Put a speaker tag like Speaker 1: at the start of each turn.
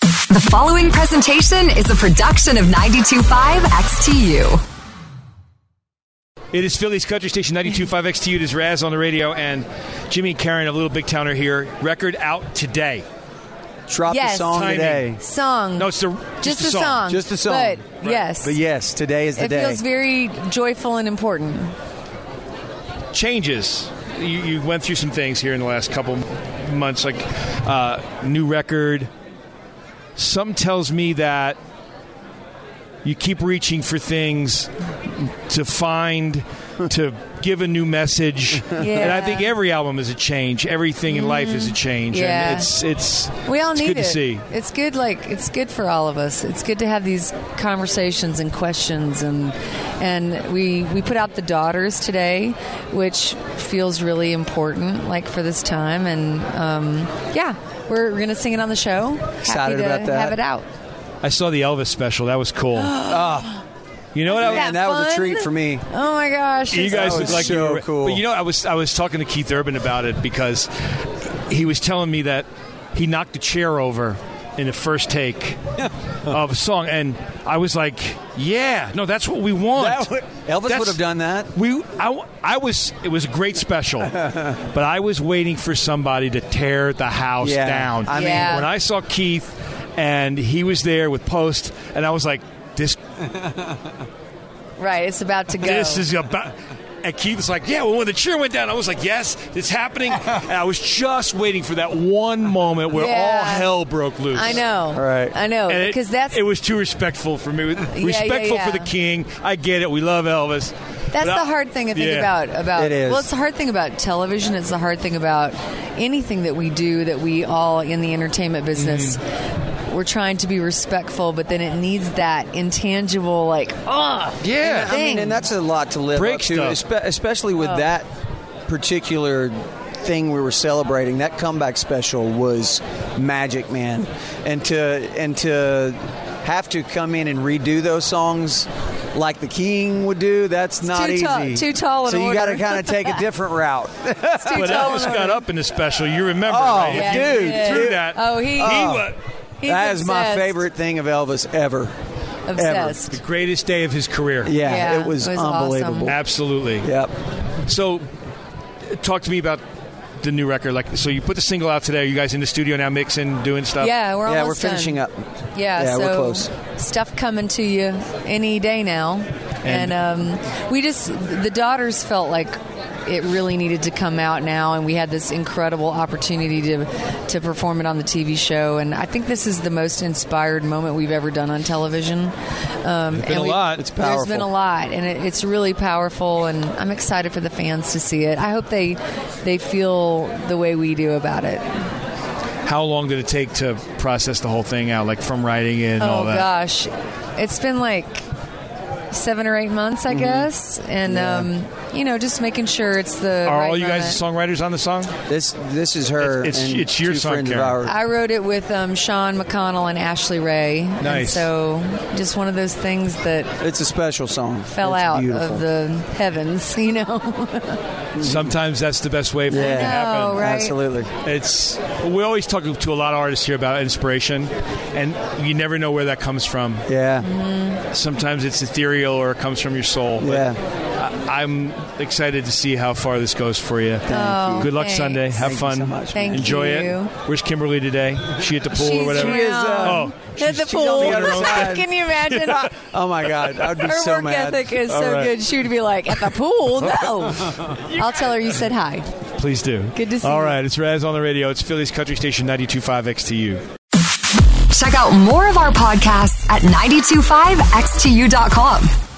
Speaker 1: The following presentation is a production of 92.5 XTU.
Speaker 2: It is Philly's Country Station 92.5 XTU. It is Raz on the radio, and Jimmy and Karen of Little Big Towner here. Record out today.
Speaker 3: Drop
Speaker 4: Yes.
Speaker 3: the song
Speaker 2: Timing.
Speaker 3: today.
Speaker 4: song.
Speaker 2: No, it's the-
Speaker 4: just, a song.
Speaker 3: Just the song.
Speaker 4: But
Speaker 3: Right.
Speaker 4: yes,
Speaker 3: But yes, today is the
Speaker 4: it
Speaker 3: day.
Speaker 4: feels very joyful and important.
Speaker 2: Changes. You, you went through some things here in the last couple months, like uh, new record. Some tells me that you keep reaching for things to find, to give a new message. And I think every album is a change. Everything in life is a change.
Speaker 4: Yeah.
Speaker 2: And it's it's
Speaker 4: We all
Speaker 2: it's
Speaker 4: need
Speaker 2: good
Speaker 4: it.
Speaker 2: to see.
Speaker 4: It's good, like it's good for all of us. It's good to have these conversations and questions, and and we we put out the daughters today, which feels really important, like for this time, and um, yeah, we're, we're gonna sing it on the show.
Speaker 3: Excited
Speaker 4: Happy to
Speaker 3: about that.
Speaker 4: Have it out.
Speaker 2: I saw the Elvis special. That was cool. Ah. you know what? I,
Speaker 3: Man, that was a
Speaker 4: fun?
Speaker 3: treat for me.
Speaker 4: Oh my gosh!
Speaker 2: you
Speaker 4: it's
Speaker 2: guys
Speaker 3: That
Speaker 2: look
Speaker 3: was
Speaker 2: like you
Speaker 3: so
Speaker 2: were,
Speaker 3: cool.
Speaker 2: But you know, I was I was talking to Keith Urban about it because he was telling me that he knocked a chair over in the first take of a song, and I was like, "Yeah, no, that's what we want."
Speaker 3: That would- Elvis
Speaker 2: That's-
Speaker 3: would have done that.
Speaker 2: We, I, w- I was. It was a great special, but I was waiting for somebody to tear the house
Speaker 3: Yeah,
Speaker 2: down.
Speaker 3: I mean-
Speaker 4: Yeah.
Speaker 2: when I saw Keith, and he was there with Post, and I was like, "This
Speaker 4: right. It's about to go.
Speaker 2: this is about. And Keith was like, yeah, well, when the cheer went down, I was like, yes, it's happening. And I was just waiting for that one moment where
Speaker 4: Yeah.
Speaker 2: all hell broke loose.
Speaker 4: I know.
Speaker 3: All right.
Speaker 4: I know
Speaker 2: And it-
Speaker 4: because that's
Speaker 2: It was too respectful for me. Respectful
Speaker 4: yeah.
Speaker 2: for the king. I get it. We love Elvis.
Speaker 4: That's
Speaker 2: But I-
Speaker 4: the hard thing to think
Speaker 2: Yeah.
Speaker 4: about. About
Speaker 3: It is.
Speaker 4: well, it's the hard thing about television. It's the hard thing about anything that we do that we all in the entertainment business.
Speaker 2: Mm-hmm.
Speaker 4: We're trying to be respectful, but then it needs that intangible, like, oh,
Speaker 2: Yeah.
Speaker 3: I mean,
Speaker 4: thing.
Speaker 3: and that's a lot to live
Speaker 2: Break
Speaker 3: up to,
Speaker 2: stuff.
Speaker 3: espe- especially
Speaker 4: Oh.
Speaker 3: with that particular thing we were celebrating. That comeback special was magic, man. And to and to have to come in and redo those songs like the King would do, that's not
Speaker 4: too
Speaker 3: easy.
Speaker 4: tall- too tall in
Speaker 3: so you got to
Speaker 4: order.
Speaker 3: kind of take a different route.
Speaker 4: it's too
Speaker 2: But
Speaker 4: tall
Speaker 2: Elvis
Speaker 4: and
Speaker 2: got
Speaker 4: ornery.
Speaker 2: up in the special. You remember,
Speaker 3: Oh,
Speaker 2: right?
Speaker 3: yeah,
Speaker 2: If you
Speaker 3: he did.
Speaker 2: threw that.
Speaker 4: Oh, he-
Speaker 2: he
Speaker 4: Oh.
Speaker 2: was
Speaker 4: He's
Speaker 3: that is my
Speaker 4: obsessed.
Speaker 3: favorite thing of Elvis ever.
Speaker 2: the
Speaker 4: Obsessed.
Speaker 2: greatest day of his career.
Speaker 3: Yeah,
Speaker 4: Yeah,
Speaker 3: it, was
Speaker 4: it was
Speaker 3: unbelievable.
Speaker 4: awesome.
Speaker 2: Absolutely.
Speaker 3: Yep.
Speaker 2: So, talk to me about the new record. Like, so you put the single out today. Are you guys in the studio now, mixing, doing stuff?
Speaker 4: Yeah, we're
Speaker 3: yeah, we're
Speaker 4: almost done.
Speaker 3: finishing up.
Speaker 4: Yeah,
Speaker 3: Yeah,
Speaker 4: so
Speaker 3: we're close.
Speaker 4: stuff coming to you any day now.
Speaker 2: And-
Speaker 4: And, um, we just, the daughters felt like it really needed to come out now, and we had this incredible opportunity to, to perform it on the TV show. And I think this is the most inspired moment we've ever done on television. Um,
Speaker 2: been
Speaker 4: and
Speaker 2: a
Speaker 4: we-
Speaker 2: lot. It's
Speaker 3: powerful.
Speaker 4: There's been a lot, and it, it's really powerful. And I'm excited for the fans to see it. I hope they they feel the way we do about it.
Speaker 2: How long did it take to process the whole thing out, like from writing it and all
Speaker 4: Oh
Speaker 2: that?
Speaker 4: gosh, it's been like seven or eight months,
Speaker 2: Mm-hmm.
Speaker 4: I guess, and um, you know, just making sure it's the.
Speaker 2: Are
Speaker 4: right
Speaker 2: all you guys
Speaker 4: moment.
Speaker 2: songwriters on the song?
Speaker 3: This this is her.
Speaker 2: It's- it's-
Speaker 3: and
Speaker 2: it's your
Speaker 3: two
Speaker 2: son,
Speaker 3: friends of
Speaker 2: Karen.
Speaker 3: ours.
Speaker 4: I wrote it with um, Sean McConnell and Ashley Ray. and
Speaker 2: Nice.
Speaker 4: so, just one of those things that
Speaker 3: It's a special song.
Speaker 4: fell
Speaker 3: It's
Speaker 4: out
Speaker 3: beautiful.
Speaker 4: of the heavens, you know.
Speaker 2: Sometimes that's the best way for it
Speaker 3: Yeah.
Speaker 2: to happen.
Speaker 4: No, Oh, right.
Speaker 3: Absolutely.
Speaker 2: It's we always talk to a lot of artists here about inspiration, and you never know where that comes from.
Speaker 4: Mm-hmm.
Speaker 3: Yeah.
Speaker 2: Sometimes it's ethereal or it comes from your soul. But
Speaker 3: Yeah.
Speaker 2: I, I'm excited to see how far this goes for you.
Speaker 3: Thank you.
Speaker 2: Good luck
Speaker 4: thanks.
Speaker 2: Sunday. Have
Speaker 3: Thank you
Speaker 2: fun.
Speaker 3: so much,
Speaker 4: Thank man.
Speaker 2: Enjoy
Speaker 4: you.
Speaker 2: it. Where's Kimberly today? She at the pool or
Speaker 4: She's
Speaker 2: whatever.
Speaker 3: She is, uh,
Speaker 2: oh,
Speaker 4: around at the
Speaker 2: she's on
Speaker 4: pool.
Speaker 2: the other side.
Speaker 4: Can you imagine?
Speaker 3: Oh my God, I'd be
Speaker 4: Her
Speaker 3: so
Speaker 4: work
Speaker 3: mad.
Speaker 4: ethic is so
Speaker 2: right.
Speaker 4: good. She would be like, at the pool? No. I'll tell her you said hi.
Speaker 2: Please do.
Speaker 4: Good to see
Speaker 2: All
Speaker 4: you.
Speaker 2: right, it's Raz on the radio. It's Philly's Country Station 92.5 XTU.
Speaker 1: Check out more of our podcasts at 92.5xtu.com.